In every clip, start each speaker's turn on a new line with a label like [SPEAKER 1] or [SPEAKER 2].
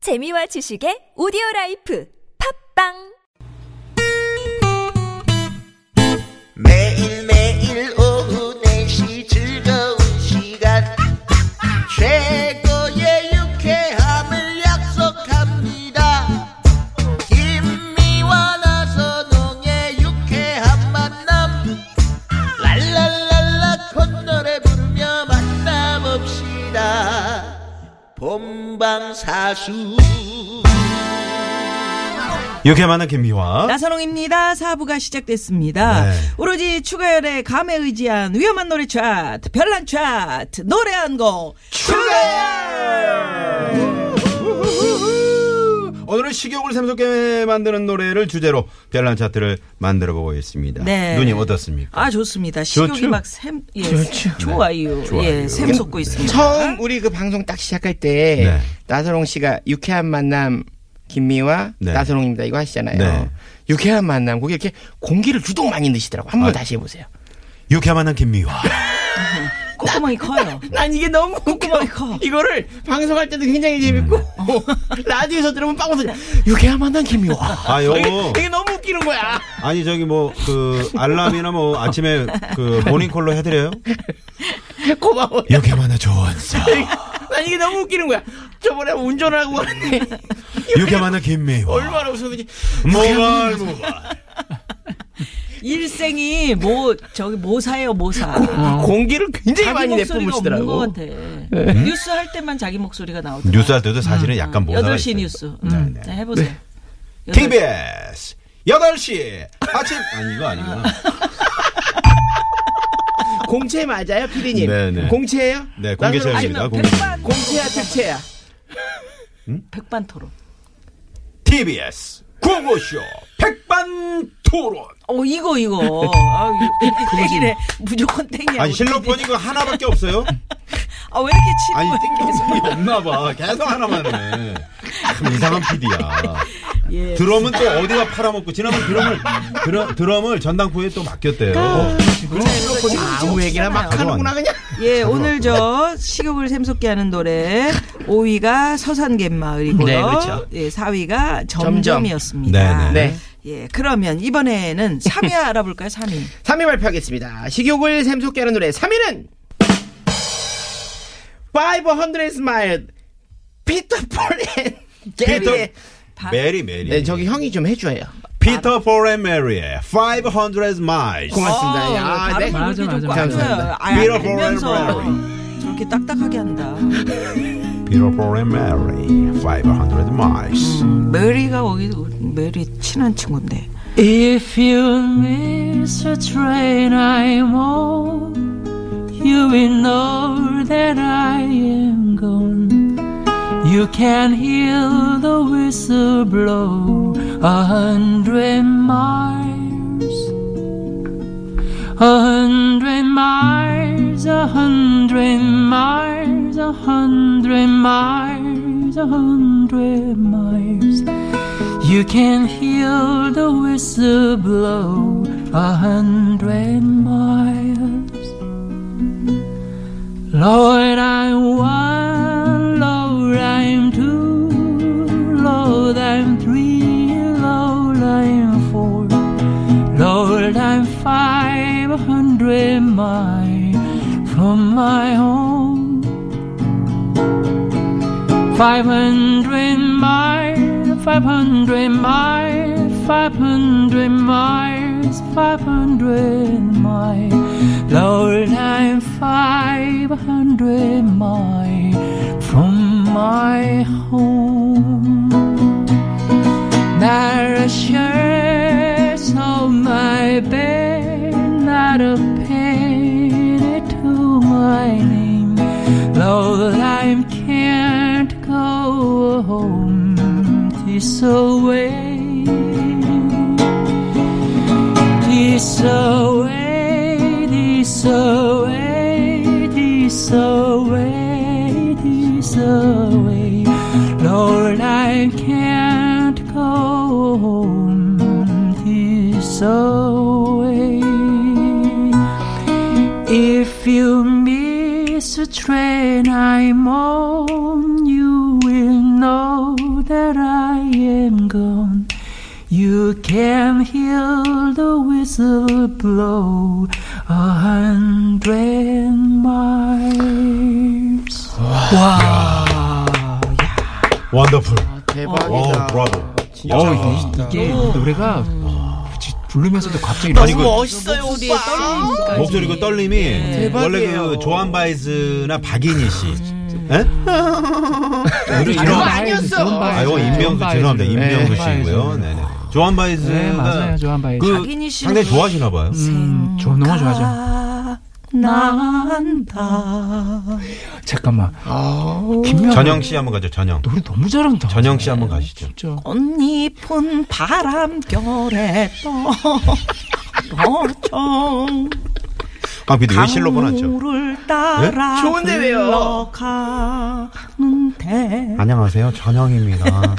[SPEAKER 1] 재미와 지식의 오디오 라이프 팝빵
[SPEAKER 2] 매일매일 오후 4시 즐거운 시간 최고의 유쾌함을 약속합니다 김미와 나선홍의 유쾌한 만남 랄랄랄라 콧노래 부르며 만남없시다 본방사수
[SPEAKER 3] 이렇게 만난 김미화.
[SPEAKER 4] 나선홍입니다. 사부가 시작됐습니다.
[SPEAKER 3] 어? 네.
[SPEAKER 4] 오로지 추가열의 감에 의지한 위험한 노래 차트, 별난 차트, 노래 한 곡.
[SPEAKER 3] 추가열! 오늘은 식욕을 샘솟게 만드는 노래를 주제로 별난 차트를 만들어 보고 있습니다.
[SPEAKER 4] 네.
[SPEAKER 3] 누님 어떻습니까?
[SPEAKER 4] 아 좋습니다. 식욕이
[SPEAKER 3] 좋죠?
[SPEAKER 4] 막 샘, 예, 좋아요.
[SPEAKER 3] 네, 좋아요.
[SPEAKER 4] 예, 샘 솟고 있습니다.
[SPEAKER 5] 처음 우리 그 방송 딱 시작할 때
[SPEAKER 3] 네.
[SPEAKER 5] 나선홍 씨가 유쾌한 만남 김미화
[SPEAKER 3] 네.
[SPEAKER 5] 나선홍입니다 이거 하시잖아요.
[SPEAKER 3] 네.
[SPEAKER 5] 유쾌한 만남 거기 이렇게 공기를 주동 많이 넣으시더라고. 한 번
[SPEAKER 3] 아.
[SPEAKER 5] 다시 해보세요.
[SPEAKER 3] 이렇게 만난 김미화.
[SPEAKER 4] 콧구멍이 커요.
[SPEAKER 5] 난 이게 너무
[SPEAKER 4] 네. 어, 콧구멍이 커.
[SPEAKER 5] 이거를 방송할 때도 굉장히 재밌고
[SPEAKER 4] 음.
[SPEAKER 5] 어, 라디오에서 들으면 빵 터져. 유쾌한 만남 김미화.
[SPEAKER 3] 아, 요거.
[SPEAKER 5] 이게, 이게 너무 웃기는 거야.
[SPEAKER 3] 아니, 저기 뭐, 그, 알람이나 뭐, 아침에 그, 모닝콜로 해드려요?
[SPEAKER 5] 고마워.
[SPEAKER 3] 이렇게 만나 조원사.
[SPEAKER 5] 난 이게 너무 웃기는 거야. 저번에 운전하고 가는데
[SPEAKER 4] 아.
[SPEAKER 3] 이렇게 만난 김미화.
[SPEAKER 5] 얼마나 웃었는지.
[SPEAKER 3] 모발, 모발.
[SPEAKER 4] 일생이 뭐 저기 모사예요 모사.
[SPEAKER 5] 공기를 굉장히
[SPEAKER 4] 뭐- 자기
[SPEAKER 5] 많이
[SPEAKER 4] 목소리가 없는 것
[SPEAKER 5] 내뿜으시더라고.
[SPEAKER 4] 같아. 음? 뉴스 할 때만 자기 목소리가
[SPEAKER 3] 네.
[SPEAKER 4] 나오더라.
[SPEAKER 3] 음? 뉴스 할 때도 사실은 약간 모사가
[SPEAKER 4] 음, 8시
[SPEAKER 3] 있어요.
[SPEAKER 4] 뉴스. 음,
[SPEAKER 3] 네, 네.
[SPEAKER 4] 자, 해보세요. 여덟-
[SPEAKER 3] TBS 8시 아침 아니 이거 아니구나
[SPEAKER 5] 공채 맞아요, 피디님?
[SPEAKER 3] 네네.
[SPEAKER 5] 공채예요?
[SPEAKER 3] 네 공개체입니다
[SPEAKER 4] 아니면
[SPEAKER 3] 공개
[SPEAKER 4] 백반
[SPEAKER 5] 공채야, 특채야?
[SPEAKER 4] 백반 토론.
[SPEAKER 3] TBS 구호쇼 백반토론
[SPEAKER 4] 어 이거 이거 아 이거 땡이네 무조건 땡이야
[SPEAKER 3] 아니 실로폰이 그 하나밖에 없어요
[SPEAKER 4] 아왜 이렇게
[SPEAKER 3] 아니
[SPEAKER 4] 치는
[SPEAKER 3] 땡겨서
[SPEAKER 4] 거야
[SPEAKER 3] 없나봐 계속 하나만 해 참 이상한 PD야
[SPEAKER 5] 예,
[SPEAKER 3] 드럼은 또 어디가 팔아먹고 지난번 드럼을 드럼, 드럼을 전당포에 또 맡겼대요
[SPEAKER 5] 그러니까 아무 얘기나 막
[SPEAKER 4] 없잖아요.
[SPEAKER 5] 하는구나, 그냥.
[SPEAKER 4] 예 오늘 저 식욕을 샘솟게 하는 노래 5위가 서산갯마을이고요
[SPEAKER 5] 네, 그렇죠.
[SPEAKER 4] 예 4위가
[SPEAKER 3] 네네.
[SPEAKER 4] 점점이었습니다
[SPEAKER 5] 네.
[SPEAKER 4] 예 그러면 이번에는 3위 알아볼까요 3위
[SPEAKER 5] 3위 발표하겠습니다. 식욕을 샘솟게 하는 노래 3위는 500 Smile, 피터폴 앤 게리의.
[SPEAKER 3] 메리 메리
[SPEAKER 5] 네, 저기 형이 좀 해줘요.
[SPEAKER 3] 피터 포렌 메리의 500 miles
[SPEAKER 5] 고맙습니다. 아, 네.
[SPEAKER 4] 맞아 맞아
[SPEAKER 5] 감사합니다.
[SPEAKER 4] 아
[SPEAKER 3] Beautiful
[SPEAKER 4] 알면서
[SPEAKER 3] Library.
[SPEAKER 4] 저렇게 딱딱하게 한다
[SPEAKER 3] 피터 포렌 메리 500 miles
[SPEAKER 4] 음, 메리가 거기 메리 친한 친구인데
[SPEAKER 6] If you miss a train I'm on, you will know that I am gone. You can hear the whistle blow a hundred miles. A hundred miles, a hundred miles, a hundred miles, a hundred miles. You can hear the whistle blow a hundred miles. Lord, I'm one, Lord, I'm two, Lord, I'm three, Lord, I'm four, Lord, I'm five hundred miles from my home. 500 miles, 500 miles, 500 miles, 500 miles. Lord, I'm 500 miles from my home. Not a shirt on my bed, not a penny to my name. Lord, I can't go home this away. This away, this away, this away, this away. Lord, I can't go home this away. If you miss a train I'm on, you will know that I am gone. You can hear the whistle blow a hundred miles.
[SPEAKER 3] 원더풀. 어,
[SPEAKER 5] 아, 대박이다.
[SPEAKER 3] 브라보. Oh,
[SPEAKER 6] 어, 이, 이게 노래가 지- 부르면서도 갑자기
[SPEAKER 5] 너무
[SPEAKER 3] 아니, 그-
[SPEAKER 5] 멋있어요, 오빠.
[SPEAKER 3] 목소리 그 떨림이 원래 그
[SPEAKER 5] 예. 대박이에요.
[SPEAKER 3] 조한 바이즈나 박인희 씨. 예? 우리
[SPEAKER 5] 그거
[SPEAKER 3] 이런
[SPEAKER 5] 아니었어.
[SPEAKER 3] 아, 이거
[SPEAKER 6] 네.
[SPEAKER 3] 임명수 죄송합니다. 임명수 씨고요. 네, 네. 조한 바이즈.
[SPEAKER 6] 네, 맞아요, 조한 바이즈.
[SPEAKER 3] 그
[SPEAKER 4] 박인희 씨는
[SPEAKER 3] 상당히 좋아하시나 봐요.
[SPEAKER 6] 음, 저 너무 좋아하죠.
[SPEAKER 4] 난다.
[SPEAKER 6] 잠깐만.
[SPEAKER 5] 아.
[SPEAKER 6] 김명
[SPEAKER 3] 전영 씨 한번 가죠. 전영.
[SPEAKER 6] 노래 너무 잘한다.
[SPEAKER 3] 전영 씨 한번 가시죠.
[SPEAKER 6] 진짜.
[SPEAKER 4] 꽃잎은 바람결에 떠.
[SPEAKER 3] 아, 근데 왜 실로 보냈죠? 네?
[SPEAKER 4] 강물을 따라
[SPEAKER 5] 좋은데 왜요?
[SPEAKER 4] 흘러가는데.
[SPEAKER 3] 안녕하세요. 전영입니다.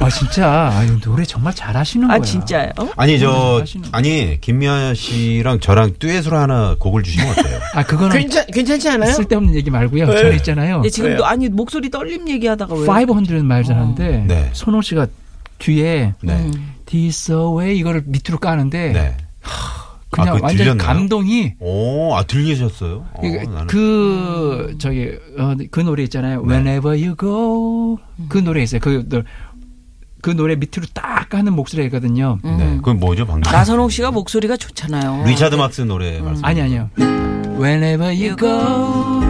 [SPEAKER 6] 아 진짜 아유, 노래 정말 잘하시는 거야.
[SPEAKER 4] 아 진짜요?
[SPEAKER 3] 아니 저
[SPEAKER 6] 하시는 거.
[SPEAKER 3] 아니 김미아 씨랑 저랑 듀엣으로 하나 곡을 주시면 어때요?
[SPEAKER 6] 아 그거는
[SPEAKER 5] 괜찮, 괜찮지 않아요?
[SPEAKER 6] 쓸데없는 얘기 말고요.
[SPEAKER 5] 네.
[SPEAKER 6] 전에 있잖아요.
[SPEAKER 4] 근데 지금도
[SPEAKER 5] 왜요?
[SPEAKER 4] 아니 목소리 떨림 얘기하다가 왜?
[SPEAKER 6] 500 miles 하는데
[SPEAKER 5] 어.
[SPEAKER 3] 네.
[SPEAKER 6] 손호 씨가 뒤에
[SPEAKER 4] 음.
[SPEAKER 3] 네.
[SPEAKER 6] This Away 이거를 밑으로 까는데
[SPEAKER 3] 네.
[SPEAKER 6] 그냥
[SPEAKER 3] 아, 그거
[SPEAKER 6] 완전
[SPEAKER 3] 들렸나요?
[SPEAKER 6] 감동이
[SPEAKER 3] 오, 아 들리셨어요? 어,
[SPEAKER 6] 그,
[SPEAKER 3] 나는- 네.
[SPEAKER 6] 그 저기 어, 그 노래 있잖아요. Whenever you go 그 노래 있어요. 그, 노- 그 노래 밑으로 딱 하는 목소리가 있거든요.
[SPEAKER 3] 네. 그건 뭐죠, 방금?
[SPEAKER 4] 나선홍 씨가 목소리가 좋잖아요.
[SPEAKER 3] 리차드 막스 노래 말씀.
[SPEAKER 6] 아니 아니요. Whenever you go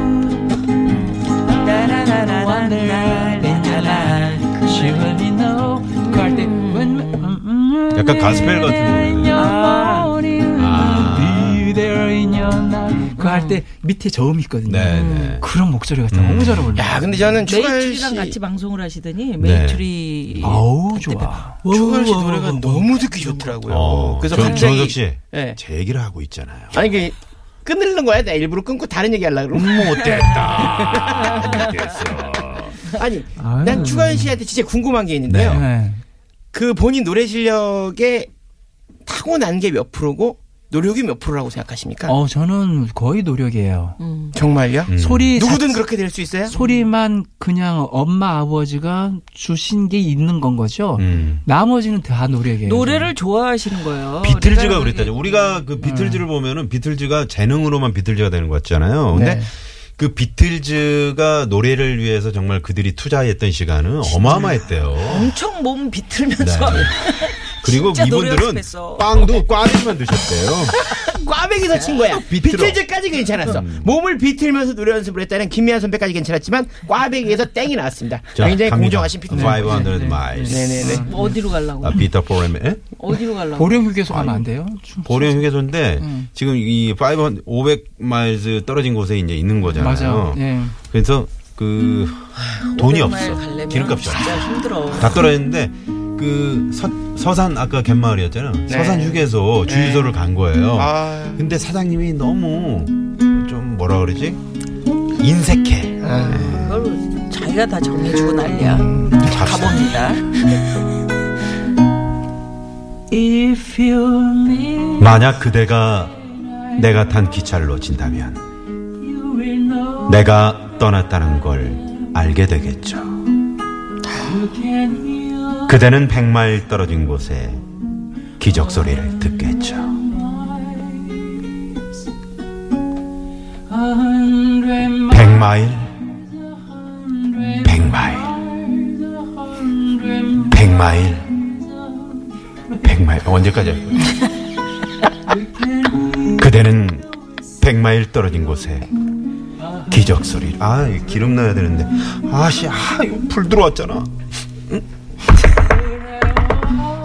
[SPEAKER 6] surely know 그 그할때 음,
[SPEAKER 3] 약간 가스펠 같은 노래. 아.
[SPEAKER 6] Be there in your night 그할 때 밑에 저음이 있거든요.
[SPEAKER 3] 네, 네.
[SPEAKER 6] 그런 목소리가 너무 잘 어울려요.
[SPEAKER 5] 야, 근데 저는 추가열 씨,
[SPEAKER 4] 메이트리랑 같이 방송을
[SPEAKER 3] 네.
[SPEAKER 4] 하시더니 메이트리
[SPEAKER 6] 어우 좋아.
[SPEAKER 3] 그
[SPEAKER 5] 추가열 씨 노래가 너무 듣기 좋더라고요.
[SPEAKER 3] 어,
[SPEAKER 5] 그래서
[SPEAKER 3] 전-
[SPEAKER 5] 갑자기.
[SPEAKER 3] 전석 씨.
[SPEAKER 5] 예.
[SPEAKER 3] 제 얘기를 하고 있잖아요.
[SPEAKER 5] 아니, 그, 끊으려는 거야? 나 일부러 끊고 다른 얘기 하려고 그러고.
[SPEAKER 3] 못됐다. 못됐어.
[SPEAKER 5] 아니,
[SPEAKER 6] 아유.
[SPEAKER 5] 난 추가연 씨한테 진짜 궁금한 게 있는데요.
[SPEAKER 6] 네.
[SPEAKER 5] 그 본인 노래 실력에 타고난 게 몇 프로고 노력이 몇 프로라고
[SPEAKER 4] 그러니까
[SPEAKER 5] 생각하십니까?
[SPEAKER 6] 어 저는 거의 노력이에요.
[SPEAKER 5] 정말요?
[SPEAKER 3] 음.
[SPEAKER 4] 음.
[SPEAKER 6] 소리 자-
[SPEAKER 5] 누구든 그렇게 될 수 있어요?
[SPEAKER 6] 소리만 그냥 엄마 아버지가 주신 게 있는 건 거죠.
[SPEAKER 3] 음.
[SPEAKER 6] 나머지는 다 노력이에요.
[SPEAKER 4] 노래를 좋아하시는 거예요.
[SPEAKER 3] 예. 비틀즈가
[SPEAKER 4] 그러니까
[SPEAKER 3] 그랬다죠. 우리가
[SPEAKER 5] 음.
[SPEAKER 3] 그 비틀즈를 보면은 비틀즈가 재능으로만 비틀즈가 되는 것 같잖아요. 근데
[SPEAKER 5] 네.
[SPEAKER 3] 그 비틀즈가 노래를 위해서 정말 그들이 투자했던 시간은 어마어마했대요.
[SPEAKER 4] 엄청 몸
[SPEAKER 3] 네.
[SPEAKER 4] 비틀면서
[SPEAKER 3] 그리고
[SPEAKER 4] 진짜 노래
[SPEAKER 3] 이분들은
[SPEAKER 4] 연습했어.
[SPEAKER 3] 빵도 꽈배기만 드셨대요.
[SPEAKER 5] 꽈배기서 친 거야.
[SPEAKER 3] 아, 비틀어. 음.
[SPEAKER 5] 비틀즈까지 괜찮았어. 몸을 비틀면서 노래 연습을 했다는 김미아 선배까지 괜찮았지만 꽈배기에서 땡이 나왔습니다.
[SPEAKER 3] 자,
[SPEAKER 5] 굉장히
[SPEAKER 3] 갑니다. 음.
[SPEAKER 5] 공정하신 피트.
[SPEAKER 3] 500 miles.
[SPEAKER 5] 네네네. 음.
[SPEAKER 4] 뭐 어디로 가려고?
[SPEAKER 3] 아, 비타 포렘. 에?
[SPEAKER 4] 어디로 가려고?
[SPEAKER 6] 보령 휴게소 가면 안 돼요?
[SPEAKER 3] 보령 휴게소인데
[SPEAKER 5] 음.
[SPEAKER 3] 지금 이 500, 500 miles 떨어진 곳에 이제 있는
[SPEAKER 5] 네.
[SPEAKER 3] 거잖아요.
[SPEAKER 5] 어.
[SPEAKER 6] 맞아. 예.
[SPEAKER 3] 그래서 그 돈이
[SPEAKER 4] 정말
[SPEAKER 3] 없어.
[SPEAKER 4] 가려면
[SPEAKER 3] 기름값이 없어.
[SPEAKER 4] 진짜 힘들어.
[SPEAKER 3] 다 떨어졌는데 그 서, 산 아까 갯마을이었잖아. 요 서산 휴게소 주유소를 간 거예요.
[SPEAKER 5] 아.
[SPEAKER 3] 근데 사장님이 너무 좀 뭐라 그러지? 인색해.
[SPEAKER 4] 그걸 자기가 다 정해주고 난리야.
[SPEAKER 3] 음.
[SPEAKER 4] 가봅니다.
[SPEAKER 6] If you need
[SPEAKER 3] 만약 그대가 내가 탄 기차로 진다면
[SPEAKER 6] you will know
[SPEAKER 3] 내가 떠났다는 걸 알게 되겠죠.
[SPEAKER 6] you can hear
[SPEAKER 3] 그대는 백마일 떨어진 곳에 기적 소리를 듣겠죠.
[SPEAKER 6] a hundred miles,
[SPEAKER 3] 백마일, 백마일, 백마일, 백마일. 언제까지 할 거야? 그대는 백마일 떨어진 곳에 기적 소리. 아, 이 기름 넣어야 되는데. 아씨, 아, 이거 불 들어왔잖아. 응?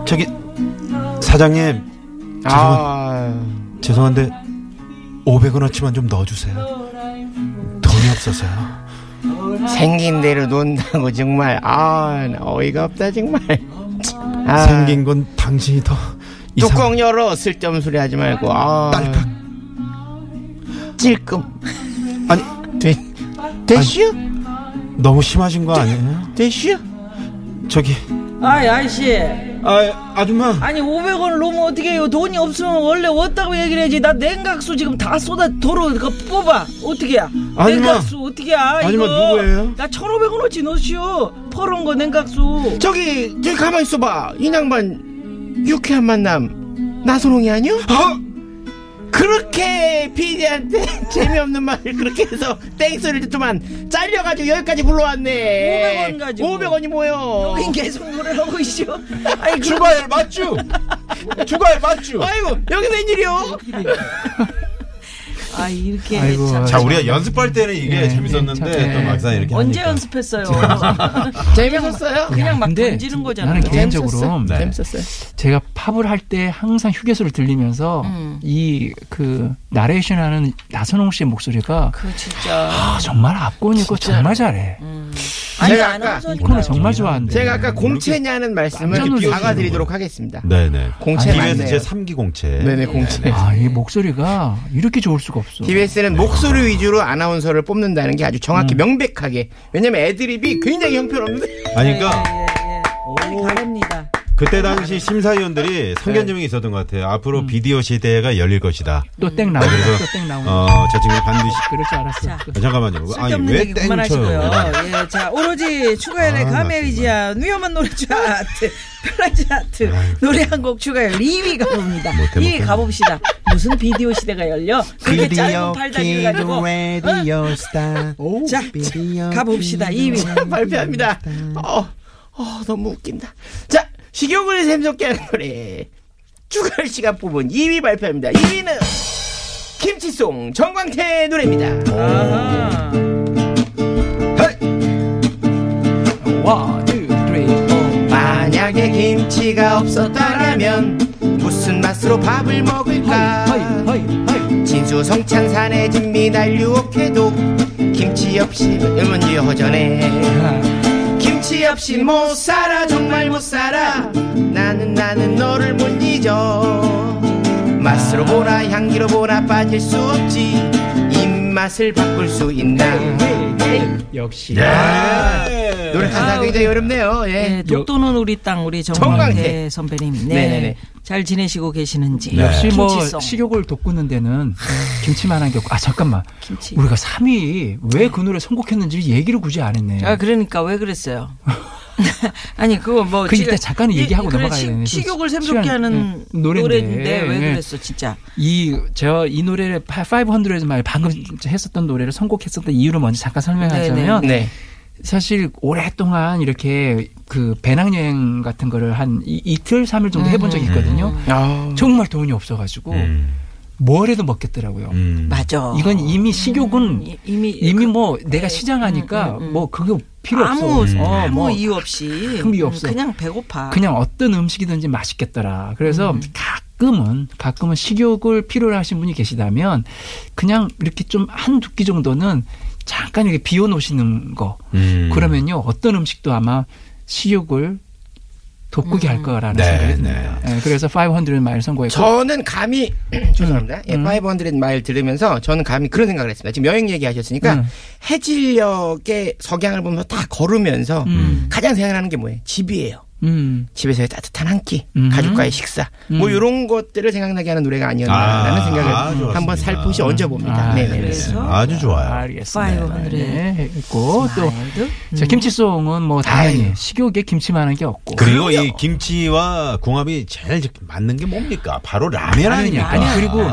[SPEAKER 3] 저기 사장님
[SPEAKER 5] 아.
[SPEAKER 3] 죄송한데 500원어치만 좀 넣어주세요. 돈이 없어서요.
[SPEAKER 5] 생긴 대로 논다고 정말 아 어이가 없다 정말 아,
[SPEAKER 3] 생긴 건 당신이 더 이상
[SPEAKER 5] 뚜껑 열어 쓸데없는 소리 하지 말고 아
[SPEAKER 3] 딸깍
[SPEAKER 5] 찔끔
[SPEAKER 3] 아니
[SPEAKER 5] 되 되슈
[SPEAKER 3] 너무 심하신 거 아니에요?
[SPEAKER 5] 되슈
[SPEAKER 3] 저기
[SPEAKER 4] 아, 아이 아이씨
[SPEAKER 3] 아, 아줌마.
[SPEAKER 4] 아니 500원을 놓으면 어떻게 해요 돈이 없으면 원래 없다고 얘기를 해야지 나 냉각수 지금 다 쏟아 도로 그거 뽑아 어떻게야
[SPEAKER 3] 아줌마.
[SPEAKER 4] 냉각수 어떻게야
[SPEAKER 3] 아줌마
[SPEAKER 4] 이거
[SPEAKER 3] 누구예요?
[SPEAKER 4] 나 1500원어치 넣으시오 퍼런 거 냉각수
[SPEAKER 5] 저기 저기 가만 있어봐 이 양반 유쾌한 만남 나선홍이 아니요?
[SPEAKER 3] 어?
[SPEAKER 5] 그렇게 피디한테 재미없는 말을 그렇게 해서 땡소리를 듣더만 잘려가지고 여기까지 불러왔네
[SPEAKER 4] 500원 가지고.
[SPEAKER 5] 500원이 뭐요
[SPEAKER 4] 여긴 계속 노래를 하고 있어. 아이 그
[SPEAKER 3] 추가열 맞쥬? 추가열 맞쥬?
[SPEAKER 5] 아이고 여기 웬일이요
[SPEAKER 4] 아 이렇게
[SPEAKER 6] 아이고.
[SPEAKER 4] 참.
[SPEAKER 3] 자, 우리가 연습할 때는 이게
[SPEAKER 6] 예,
[SPEAKER 3] 재밌었는데
[SPEAKER 6] 예, 참,
[SPEAKER 3] 또
[SPEAKER 6] 예.
[SPEAKER 3] 막상 이렇게
[SPEAKER 4] 언제
[SPEAKER 3] 하니까.
[SPEAKER 4] 연습했어요?
[SPEAKER 5] 재밌었어요?
[SPEAKER 4] 그냥 막
[SPEAKER 6] 근데
[SPEAKER 4] 던지는 거잖아.
[SPEAKER 6] 나는 개인적으로
[SPEAKER 3] 네.
[SPEAKER 5] 재밌었어요
[SPEAKER 6] 제가 팝을 할 때 항상 휴게소를 들리면서
[SPEAKER 4] 음.
[SPEAKER 6] 이 그 나레이션 하는 나선홍 씨의 목소리가
[SPEAKER 4] 그 진짜.
[SPEAKER 6] 아, 정말 압권 있고 정말 잘해.
[SPEAKER 4] 아니
[SPEAKER 5] 제가
[SPEAKER 4] 안
[SPEAKER 5] 아까
[SPEAKER 4] 하면서
[SPEAKER 6] 이코는 정말 좋아하는데.
[SPEAKER 5] 음. 제가 아까 공채냐는
[SPEAKER 6] 깜짝
[SPEAKER 5] 말씀을
[SPEAKER 6] 놀랐어요.
[SPEAKER 5] 박아드리도록 하겠습니다
[SPEAKER 3] 네. 네네. 아,
[SPEAKER 5] 공채
[SPEAKER 3] TBS
[SPEAKER 5] 맞네요
[SPEAKER 3] 제 3기 공채.
[SPEAKER 5] 네네 공채
[SPEAKER 6] 아, 이 목소리가 이렇게 좋을 수가 없어.
[SPEAKER 5] TBS는 목소리 위주로 아나운서를 뽑는다는 게 아주
[SPEAKER 3] 음.
[SPEAKER 5] 정확히 명백하게 왜냐면 애드립이 굉장히 형편없는데
[SPEAKER 3] 아니, 그러니까
[SPEAKER 4] 예, 예, 예. 빨리 가랍니다.
[SPEAKER 3] 그때 당시 심사위원들이 선견점이 있었던 것 같아요. 앞으로 비디오 시대가 열릴 것이다.
[SPEAKER 6] 또
[SPEAKER 4] 음.
[SPEAKER 6] 땡 나오고
[SPEAKER 3] 그래서-
[SPEAKER 6] 또땡 나오고.
[SPEAKER 3] 어, 저 친구 반드시.
[SPEAKER 6] 네. 그럴 줄 알았어.
[SPEAKER 4] 자.
[SPEAKER 3] 아, 잠깐만요. 아니,
[SPEAKER 4] 쓸데없는
[SPEAKER 3] 왜
[SPEAKER 4] 얘기 그만하시고요.
[SPEAKER 3] 땡쳐요?
[SPEAKER 4] 예, 자 오로지 추가열의
[SPEAKER 3] 아,
[SPEAKER 4] 감에
[SPEAKER 3] 나 정말.
[SPEAKER 4] 의지한 위험한 노래 차트, 편한 차트 노래 한 곡 추가열 2위 가봅니다.
[SPEAKER 3] 못해,
[SPEAKER 4] 2위
[SPEAKER 3] 못해.
[SPEAKER 4] 가봅시다. 무슨 비디오 시대가 열려? 그게 짧은 팔다리를 가지고. 어?
[SPEAKER 7] 라디오 스타
[SPEAKER 4] 자 가봅시다. 2위.
[SPEAKER 5] 발표합니다. 어, 어, 너무 웃긴다. 자, 식욕을 샘솟게 하는 노래. 추가열 씨가 뽑은 2위 발표합니다. 2위는 김치송 정광태 노래입니다.
[SPEAKER 4] 아하.
[SPEAKER 6] 와, 투, 쓰리, 포.
[SPEAKER 5] 만약에 김치가 없었다면 무슨 맛으로 밥을
[SPEAKER 6] 하이,
[SPEAKER 4] 음.
[SPEAKER 5] 먹을까?
[SPEAKER 6] 하이, 하이.
[SPEAKER 5] 진수 성창산의 진미달 유혹해도 김치 없이 음은이 허전해. 김치 없이 못 살아 정말 못 살아 나는 나는 너를 못 잊어 맛으로 보라 향기로 보라 빠질 수 없지 입맛을 바꿀 수 있나
[SPEAKER 6] 역시.
[SPEAKER 3] 예.
[SPEAKER 5] 노래 가사 굉장히 어렵네요 예.
[SPEAKER 4] 네, 독도는 우리 땅 우리
[SPEAKER 5] 정광태.
[SPEAKER 4] 정광태 선배님. 네.
[SPEAKER 5] 네네네.
[SPEAKER 4] 잘 지내시고 계시는지.
[SPEAKER 6] 역시 뭐
[SPEAKER 4] 김치송.
[SPEAKER 6] 식욕을 돋구는 데는 김치만 한 게 없고 아 잠깐만
[SPEAKER 4] 김치.
[SPEAKER 6] 우리가 3위 왜 그 노래 선곡했는지 얘기를 굳이 안 했네.
[SPEAKER 4] 아 그러니까 왜 그랬어요? 아니 그거 뭐
[SPEAKER 6] 그
[SPEAKER 4] 지금-
[SPEAKER 6] 일단 잠깐은
[SPEAKER 4] 이-
[SPEAKER 6] 얘기하고
[SPEAKER 4] 그래,
[SPEAKER 6] 넘어가야
[SPEAKER 4] 식-
[SPEAKER 6] 되는데
[SPEAKER 4] 식욕을
[SPEAKER 6] 시-
[SPEAKER 4] 샘솟게
[SPEAKER 6] 시간-
[SPEAKER 4] 하는
[SPEAKER 6] 응, 노래인데.
[SPEAKER 4] 노래인데 왜
[SPEAKER 6] 예.
[SPEAKER 4] 그랬어 진짜?
[SPEAKER 6] 이 제가 이 노래를 500에 말 방금 했었던 노래를 선곡했었던 이유를 먼저 잠깐 설명하자면
[SPEAKER 5] 네.
[SPEAKER 6] 사실 오랫동안 이렇게 그 배낭여행 같은 거를 한 이, 이틀 삼일 정도
[SPEAKER 4] 음.
[SPEAKER 6] 해본 적이 있거든요.
[SPEAKER 5] 아,
[SPEAKER 6] 정말 돈이 없어가지고
[SPEAKER 3] 음,
[SPEAKER 6] 뭘 해도 먹겠더라고요.
[SPEAKER 3] 음.
[SPEAKER 4] 맞아. 음,
[SPEAKER 6] 이건 이미 식욕은
[SPEAKER 4] 이-
[SPEAKER 6] 이미
[SPEAKER 4] 이미- 그
[SPEAKER 6] 뭐
[SPEAKER 4] 네.
[SPEAKER 6] 내가 시장하니까 뭐 그게 필요 없어.
[SPEAKER 4] 음, 아무
[SPEAKER 6] 어,
[SPEAKER 4] 아무
[SPEAKER 6] 뭐
[SPEAKER 4] 이유 없이
[SPEAKER 6] 큰 이유
[SPEAKER 4] 음,
[SPEAKER 6] 없어.
[SPEAKER 4] 그냥 배고파.
[SPEAKER 6] 그냥 어떤 음식이든지 맛있겠더라. 그래서
[SPEAKER 4] 음.
[SPEAKER 6] 가끔은 가끔은 식욕을 필요로 하신 분이 계시다면 그냥 이렇게 좀 한두 끼 정도는 잠깐 이렇게 비워 놓으시는 거.
[SPEAKER 3] 음.
[SPEAKER 6] 그러면요. 어떤 음식도 아마 식욕을 돋구게
[SPEAKER 4] 음.
[SPEAKER 6] 할 거라는
[SPEAKER 3] 네,
[SPEAKER 6] 생각이
[SPEAKER 3] 네.
[SPEAKER 6] 듭니다. 예, 그래서 500 마일 선고했고
[SPEAKER 5] 저는 감히 죄송합니다 예, 500 마일 들으면서 저는 감히 그런 생각을 했습니다 지금 여행 얘기하셨으니까
[SPEAKER 6] 음.
[SPEAKER 5] 해질녘의 석양을 보면서 다 걸으면서
[SPEAKER 6] 음.
[SPEAKER 5] 가장 생각나는 게 뭐예요 집이에요
[SPEAKER 6] 음.
[SPEAKER 5] 집에서의 따뜻한 한 끼,
[SPEAKER 6] 음.
[SPEAKER 5] 가족과의 식사, 뭐 이런 것들을 생각나게 하는 노래가 아니었나라는
[SPEAKER 3] 아,
[SPEAKER 5] 생각을
[SPEAKER 3] 아, 좋았습니다.
[SPEAKER 5] 한번 살포시 얹어봅니다.
[SPEAKER 6] 아,
[SPEAKER 5] 네네.
[SPEAKER 4] 그래서
[SPEAKER 3] 아주 좋아요.
[SPEAKER 6] 알겠습니다.
[SPEAKER 4] 500.
[SPEAKER 6] 네, 했고 또
[SPEAKER 4] 마일드?
[SPEAKER 6] 자, 김치송은 뭐
[SPEAKER 5] 아유.
[SPEAKER 6] 당연히 식욕에 김치만한 게 없고.
[SPEAKER 3] 그리고 이 김치와 궁합이 제일 맞는 게 뭡니까? 바로 라면
[SPEAKER 6] 아니,
[SPEAKER 3] 아닙니까?
[SPEAKER 6] 아니, 그리고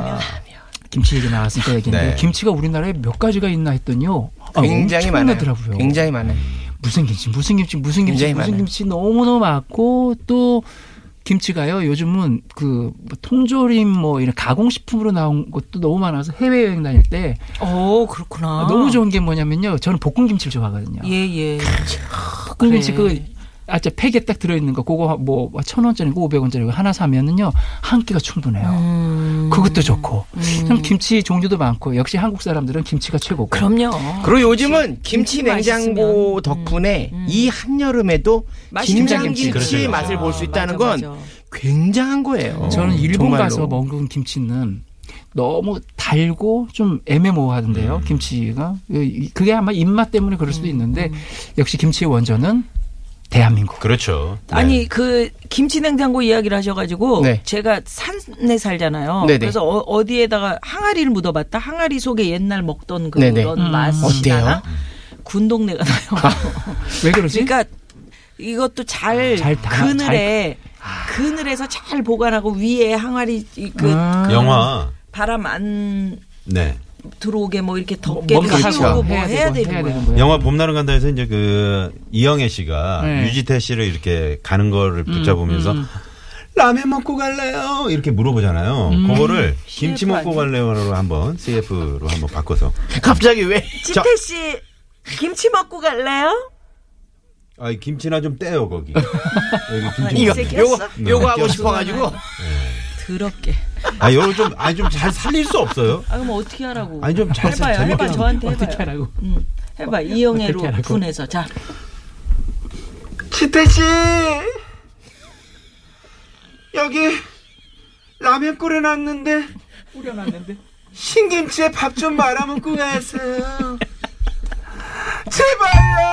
[SPEAKER 6] 김치 얘기 나왔으니까 얘기인데
[SPEAKER 3] 네.
[SPEAKER 6] 김치가 우리나라에 몇 가지가 있나 했더니요. 아,
[SPEAKER 5] 굉장히 많아요.
[SPEAKER 6] 엄청나더라고요.
[SPEAKER 5] 굉장히 많아요.
[SPEAKER 6] 무슨 김치, 무슨 김치, 무슨 김치,
[SPEAKER 5] 굉장히
[SPEAKER 6] 무슨
[SPEAKER 5] 많아요.
[SPEAKER 6] 김치 너무너무 많고 또 김치가요. 요즘은 그뭐 통조림 뭐 이런 가공식품으로 나온 것도 너무 많아서 해외여행 다닐 때
[SPEAKER 4] 오 어, 그렇구나.
[SPEAKER 6] 너무 좋은 게 뭐냐면요. 저는 볶음김치를 좋아하거든요.
[SPEAKER 4] 예예.
[SPEAKER 6] 볶음김치
[SPEAKER 4] 그래.
[SPEAKER 6] 그 아짜 팩에 딱 들어있는 거 그거 뭐 천 원짜리고 오백 원짜리고 하나 사면은요 한 끼가 충분해요.
[SPEAKER 4] 음,
[SPEAKER 6] 그것도 좋고 참 김치 종류도 많고 역시 한국 사람들은 김치가 최고고.
[SPEAKER 4] 그럼요.
[SPEAKER 5] 그리고 요즘은 김치
[SPEAKER 4] 아, 김치
[SPEAKER 5] 냉장고 덕분에 이 한여름에도
[SPEAKER 4] 맛이
[SPEAKER 5] 김장김치의
[SPEAKER 3] 김장김치. 그렇죠,
[SPEAKER 5] 맛을
[SPEAKER 3] 그렇죠.
[SPEAKER 5] 볼 수
[SPEAKER 4] 맞아,
[SPEAKER 5] 있다는 건
[SPEAKER 4] 맞아.
[SPEAKER 5] 굉장한 거예요.
[SPEAKER 6] 저는 일본
[SPEAKER 5] 정말로.
[SPEAKER 6] 가서 먹은 김치는 너무 달고 좀 애매모호하던데요 그,
[SPEAKER 4] 음.
[SPEAKER 6] 김치가 그게 아마 입맛 때문에 그럴 수도 있는데 역시 김치의 원조는 대한민국.
[SPEAKER 3] 그렇죠. 네.
[SPEAKER 4] 아니 그 김치 냉장고 이야기를 하셔가지고
[SPEAKER 6] 네.
[SPEAKER 4] 제가 산에 살잖아요.
[SPEAKER 5] 네네.
[SPEAKER 4] 그래서 어, 디에다가 항아리를 묻어봤다. 항아리 속에 옛날 먹던 그런
[SPEAKER 5] 네네.
[SPEAKER 6] 음.
[SPEAKER 4] 맛이나 군동네가 나요.
[SPEAKER 6] 왜 그러지?
[SPEAKER 4] 그러니까 이것도 아, 잘,
[SPEAKER 6] 잘 다-
[SPEAKER 4] 그늘에 그늘에서 잘 보관하고 위에 항아리 이- 그
[SPEAKER 6] 아.
[SPEAKER 3] 네. 영화.
[SPEAKER 4] 바람 안
[SPEAKER 3] 네.
[SPEAKER 4] 들어오게 뭐 이렇게 덮개
[SPEAKER 6] 멈춰
[SPEAKER 4] 하고
[SPEAKER 6] 있죠.
[SPEAKER 4] 뭐 해야 되는 거야.
[SPEAKER 6] 거예요.
[SPEAKER 3] 영화 봄날은 간다에서 이제 그 이영애 씨가
[SPEAKER 6] 네.
[SPEAKER 3] 유지태 씨를 이렇게 가는 거를 붙잡으면서 라면 먹고 갈래요? 이렇게 물어보잖아요. 그거를 김치
[SPEAKER 4] CF
[SPEAKER 3] 먹고 갈래요로 한번 CF로 한번 바꿔서.
[SPEAKER 5] 갑자기 왜?
[SPEAKER 4] 지태 씨 김치 먹고 갈래요?
[SPEAKER 3] 아, 김치나 좀 떼요 거기. 여기 김치. 먹고.
[SPEAKER 5] 이거
[SPEAKER 4] 새끼야.
[SPEAKER 5] 요거
[SPEAKER 3] 네.
[SPEAKER 5] 요거 하고
[SPEAKER 4] 음.
[SPEAKER 3] 꼈어.
[SPEAKER 5] 싶어가지고
[SPEAKER 4] 더럽게.
[SPEAKER 3] 아, 요거 좀, 아니 좀 잘 살릴 수 없어요.
[SPEAKER 4] 아 그럼 어떻게 하라고?
[SPEAKER 3] 아니 좀 잘,
[SPEAKER 4] 해봐요.
[SPEAKER 3] 재밌게.
[SPEAKER 4] 해봐
[SPEAKER 3] 하면.
[SPEAKER 4] 저한테 해봐요.
[SPEAKER 6] 어떻게 하라고?
[SPEAKER 4] 음, 해봐 이영애로
[SPEAKER 6] 어떻게 하라고?
[SPEAKER 4] 분해서 자
[SPEAKER 5] 지태 씨 여기 라면 끓여놨는데 끓여놨는데 신김치에 밥 좀 말아 먹고 가세요 제발요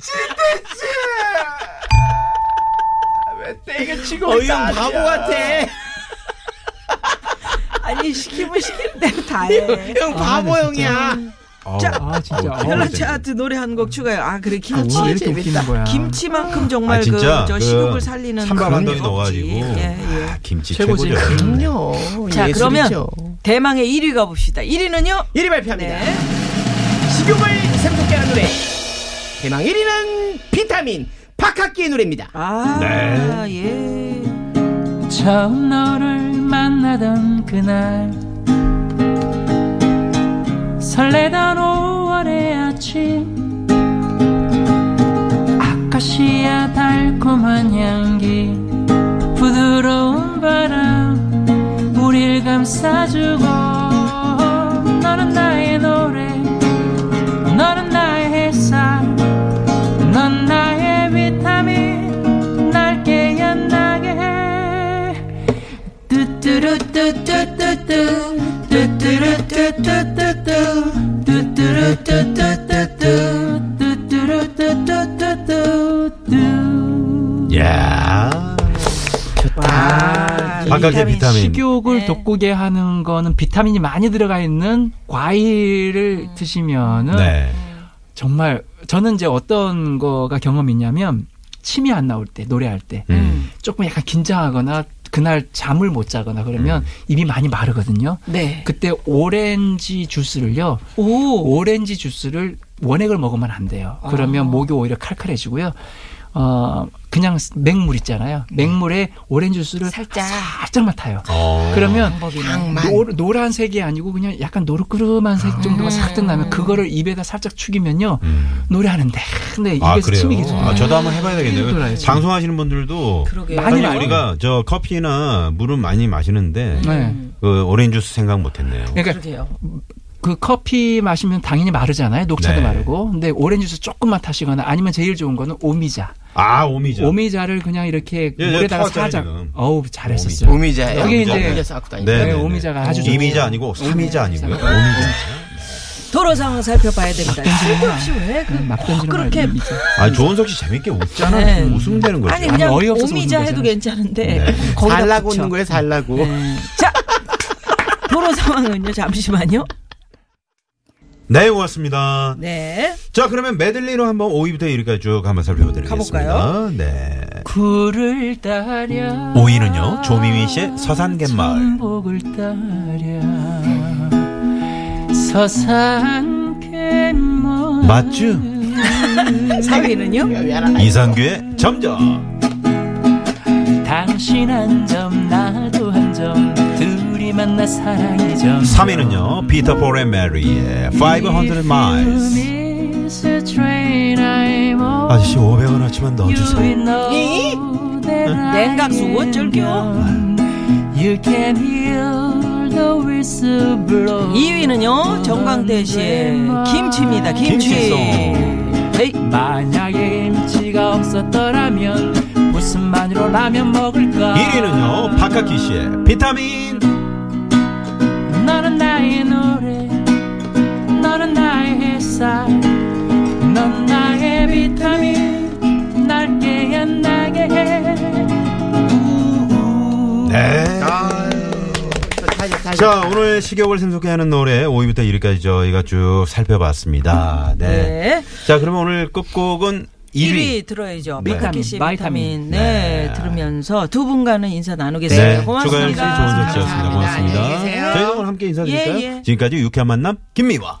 [SPEAKER 5] 지태 씨왜 떼게 치고 어이 바보 같아
[SPEAKER 4] 아니 시키면 시키는 대로 다 해.
[SPEAKER 5] 형 바보
[SPEAKER 4] 음.
[SPEAKER 5] 형이야
[SPEAKER 3] 아우,
[SPEAKER 6] 아 진짜.
[SPEAKER 3] 아우,
[SPEAKER 6] 어,
[SPEAKER 3] 별로
[SPEAKER 4] 헬라치 아트 노래 한 곡 추가요. 아 그래 김치
[SPEAKER 6] 왜 이렇게 웃기는 거야?
[SPEAKER 4] 김치만큼 정말
[SPEAKER 3] 아, 진짜.
[SPEAKER 4] 그저
[SPEAKER 3] 그
[SPEAKER 4] 식욕을 살리는
[SPEAKER 3] 찬밥
[SPEAKER 4] 그런
[SPEAKER 3] 한 덩이
[SPEAKER 4] 게 없지.
[SPEAKER 3] 넣어가지고.
[SPEAKER 4] 예, 예.
[SPEAKER 3] 아, 김치
[SPEAKER 6] 최고지.
[SPEAKER 3] 최고죠.
[SPEAKER 5] 네, 그럼요
[SPEAKER 4] 자
[SPEAKER 5] 예술이죠.
[SPEAKER 4] 그러면 대망의 1위 가봅시다. 1위는요?
[SPEAKER 5] 1위 발표합니다
[SPEAKER 4] 네.
[SPEAKER 5] 식욕을 샘솟게 하는 노래 대망 1위는 비타민 박학기의 노래입니다
[SPEAKER 4] 아
[SPEAKER 3] 네.
[SPEAKER 4] 예.
[SPEAKER 6] 처음 너를 만나던 그날 설레던 5월의 아침 아카시아 달콤한 향기 부드러운 바람 우릴 감싸주고 너는 나의 노래 너는 나의 햇살 넌 나의 비타민 날 깨어나게 해 뚜뚜루뚜뚜뚜뚜 뚜뚜루뚜뚜뚜뚜 뚜뚜루뚜뚜뚜뚜 뚜뚜루뚜뚜뚜뚜
[SPEAKER 3] 예. 야
[SPEAKER 4] 아, 와.
[SPEAKER 3] 바깥에 비타민.
[SPEAKER 6] 아, 식욕을
[SPEAKER 4] 네.
[SPEAKER 6] 돋구게 하는 거는 비타민이 많이 들어가 있는 과일을 드시면은
[SPEAKER 3] 네.
[SPEAKER 6] 정말 저는 이제 어떤 거가 경험이 있냐면 침이 안 나올 때 노래할 때
[SPEAKER 3] 음.
[SPEAKER 6] 조금 약간 긴장하거나 그날 잠을 못 자거나 그러면 입이 많이 마르거든요.
[SPEAKER 4] 네.
[SPEAKER 6] 그때 오렌지 주스를요.
[SPEAKER 4] 오.
[SPEAKER 6] 오렌지 주스를 원액을 먹으면 안 돼요.
[SPEAKER 1] 아.
[SPEAKER 6] 그러면 목이 오히려 칼칼해지고요. 어 그냥 맹물 있잖아요. 맹물에 오렌지 주스를
[SPEAKER 1] 네. 살짝. 아,
[SPEAKER 6] 살짝만 타요.
[SPEAKER 3] 어.
[SPEAKER 6] 그러면 노, 노란색이 아니고 그냥 약간 노릇그름한
[SPEAKER 1] 아.
[SPEAKER 6] 색 정도가 싹
[SPEAKER 1] 음.
[SPEAKER 6] 뜬다면 그거를 입에다 살짝 축이면요
[SPEAKER 3] 음.
[SPEAKER 6] 노래하는데 근데 입에서
[SPEAKER 3] 아, 그래요?
[SPEAKER 6] 침이 계속
[SPEAKER 3] 아, 저도 한번 해봐야 되겠네요.
[SPEAKER 6] 힘들어요, 지금.
[SPEAKER 3] 방송하시는 분들도.
[SPEAKER 4] 그러게요.
[SPEAKER 6] 많이
[SPEAKER 3] 사실
[SPEAKER 6] 많이
[SPEAKER 3] 우리가 저 커피나 물은 많이 마시는데
[SPEAKER 6] 네.
[SPEAKER 3] 그 오렌지 주스 생각 못했네요.
[SPEAKER 6] 그러니까
[SPEAKER 4] 그러게요.
[SPEAKER 6] 그 커피 마시면 당연히 마르잖아요. 녹차도
[SPEAKER 3] 네.
[SPEAKER 6] 마르고. 근데 오렌지 주스 조금만 타시거나 아니면 제일 좋은 거는 오미자.
[SPEAKER 3] 아 오미자.
[SPEAKER 6] 오미자를 그냥 이렇게
[SPEAKER 3] 예, 예,
[SPEAKER 6] 물에다가
[SPEAKER 3] 타왔잖아요,
[SPEAKER 6] 살짝.
[SPEAKER 3] 지금.
[SPEAKER 6] 어우,
[SPEAKER 5] 오
[SPEAKER 6] 잘했었어요.
[SPEAKER 5] 미자예요
[SPEAKER 6] 그게 이제-
[SPEAKER 5] 고
[SPEAKER 3] 네,
[SPEAKER 6] 네,
[SPEAKER 3] 네, 네.
[SPEAKER 6] 오미자가 아주 좋
[SPEAKER 3] 이미자 아니고 삼이자 아니고요. 오미자.
[SPEAKER 4] 도로 상황 살펴봐야 됩니다. 쓸데없이 왜 그,
[SPEAKER 6] 막
[SPEAKER 4] 꼭
[SPEAKER 6] 던지는
[SPEAKER 4] 그렇게
[SPEAKER 6] 말이 이미자.
[SPEAKER 3] 아 조원석 씨 재밌게 웃잖아.
[SPEAKER 4] 네.
[SPEAKER 3] 웃으면 되는 거죠.
[SPEAKER 4] 아니 그냥
[SPEAKER 6] 아니, 어이없어서
[SPEAKER 4] 오미자
[SPEAKER 6] 웃는
[SPEAKER 4] 해도
[SPEAKER 6] 거잖아요.
[SPEAKER 4] 괜찮은데
[SPEAKER 3] 네.
[SPEAKER 4] 거기다
[SPEAKER 5] 살라고
[SPEAKER 4] 붙여.
[SPEAKER 5] 웃는 거예요, 살라고.
[SPEAKER 4] 네. 자 도로 상황은요 잠시만요.
[SPEAKER 3] 네, 고맙습니다.
[SPEAKER 4] 네.
[SPEAKER 3] 자, 그러면 메들리로 한번 5위부터 1위까지 쭉 한번 살펴보도록하겠습니다
[SPEAKER 4] 가볼까요?
[SPEAKER 3] 네.
[SPEAKER 6] 굴을 따랴.
[SPEAKER 3] 5위는요, 조미미 씨의 서산갯마을.
[SPEAKER 6] 천복을 따랴. 서산갯마을.
[SPEAKER 3] 맞죠?
[SPEAKER 4] 4위는요?
[SPEAKER 3] 이상규의 점점.
[SPEAKER 6] 당신 한 점, 나도 한 점, 둘이 만나 사랑의 점.
[SPEAKER 3] 3위는요, 피터 폴의 메리의 500 miles. 아저씨 500원 아치만 넣어주세요.
[SPEAKER 4] 냉각수 어쩔겨?
[SPEAKER 6] 2위는
[SPEAKER 4] 2위는요 정광태 씨의 김치입니다. 김치.
[SPEAKER 3] 김치송.
[SPEAKER 4] 에이,
[SPEAKER 6] 만약에 김치가 없었더라면 무슨 마늘로 라면 먹을까
[SPEAKER 3] 1위는요, 박학기 씨의 비타민.
[SPEAKER 6] 너는 나의 노래 너는 나의 햇살 넌 나의 비타민
[SPEAKER 3] 네. 자, 오늘 식욕을 샘솟게 하는 노래 5위부터 1위까지 저희가 쭉 살펴봤습니다. 네.
[SPEAKER 4] 네.
[SPEAKER 3] 자, 그러면 오늘 끝곡은 1위.
[SPEAKER 4] 1위 들어야죠.
[SPEAKER 3] 네.
[SPEAKER 4] 박학기 씨
[SPEAKER 6] 바이타민.
[SPEAKER 4] 비타민. 네.
[SPEAKER 3] 네.
[SPEAKER 4] 들으면서 두 분과는 인사 나누겠습니다.
[SPEAKER 3] 네,
[SPEAKER 4] 고맙습니다.
[SPEAKER 3] 주가영 씨 좋은 적지였습니다.
[SPEAKER 5] 안녕히
[SPEAKER 3] 고맙습니다.
[SPEAKER 5] 계세요.
[SPEAKER 3] 저희도 오늘 함께 인사드릴까요?
[SPEAKER 4] 예, 예.
[SPEAKER 3] 지금까지 유쾌한 만남 김미화.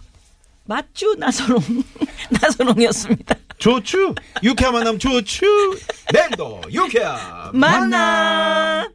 [SPEAKER 4] 맞죠? 나선홍. 나선홍이었습니다.
[SPEAKER 3] 조추! 유쾌한 만남 조추! 내일도 유쾌한
[SPEAKER 4] 만나.